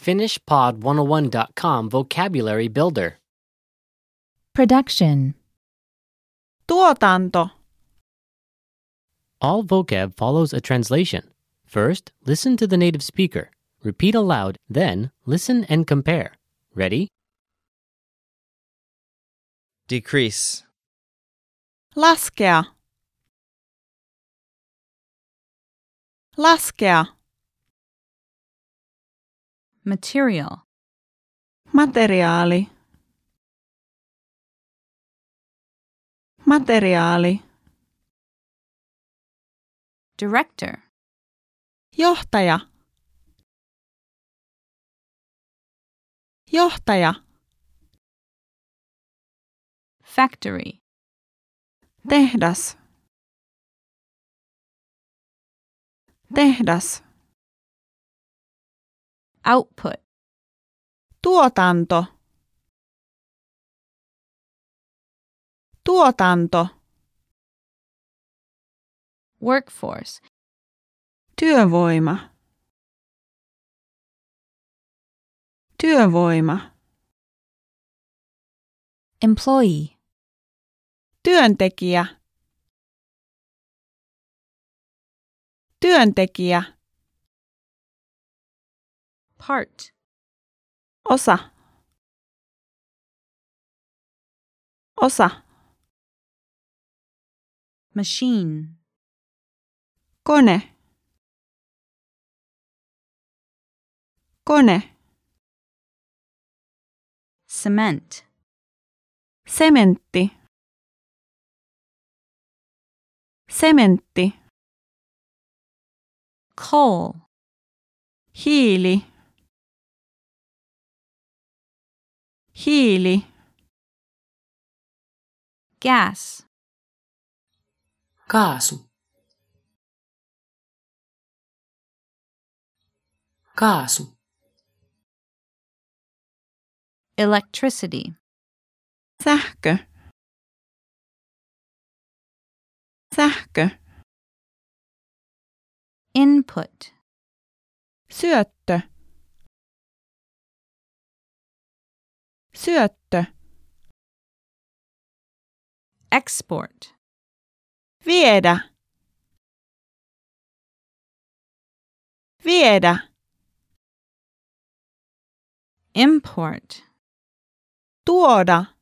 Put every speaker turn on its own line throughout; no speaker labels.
FinishPod101.com Vocabulary Builder.
Production.
Tuotanto.
All vocab follows a translation. First, listen to the native speaker. Repeat aloud, then, listen and compare. Ready?
decrease,
Laskea. Laskea.
Material.
Materiaali. Materiaali.
Director.
Johtaja. Johtaja.
Factory.
Tehdas. Tehdas.
Output.
Tuotanto. Tuotanto.
Workforce.
Työvoima. Työvoima.
Employee.
Työntekijä. Työntekijä.
Part.
Osa. Osa.
Machine.
Kone. Kone.
Cement.
Sementti. Sementti.
Coal.
Hiili. Hiili.
Gas.
Kaasu. Kaasu.
Electricity.
Sähkö. Sähkö.
Input.
Syöttö. Syöttö.
Export.
Viedä. Viedä.
Import.
Tuoda.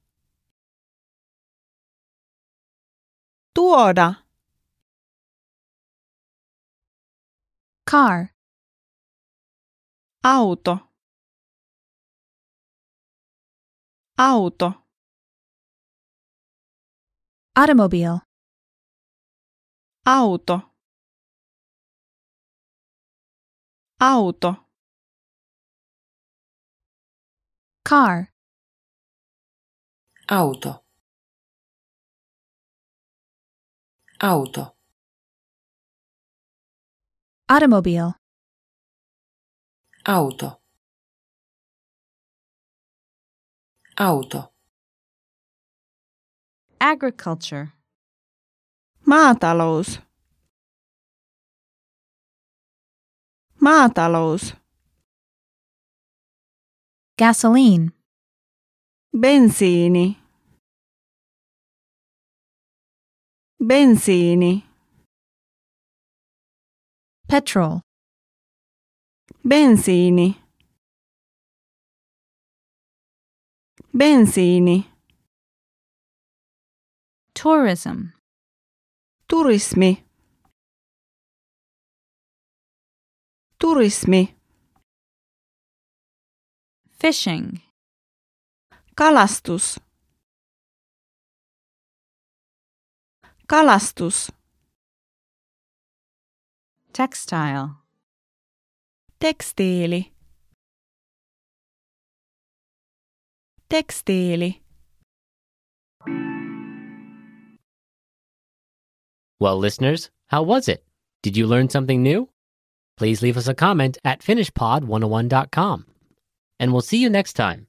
Tuoda.
Car.
Auto. Auto.
Automobile.
Auto. Auto.
Car.
Auto. Auto.
Automobile.
Auto. Auto.
Agriculture.
Maatalous. Maatalous.
Gasoline.
Bensiini. Bensiini.
Petrol.
Bensiini. Bensiini.
Tourism.
Turismi. Turismi.
Fishing.
Kalastus. Kalastus.
Textile.
Tekstiili. Tekstiili.
Well, listeners, how was it? Did you learn something new? oh Please leave us a comment at finishpod101.com. And we'll see you next time.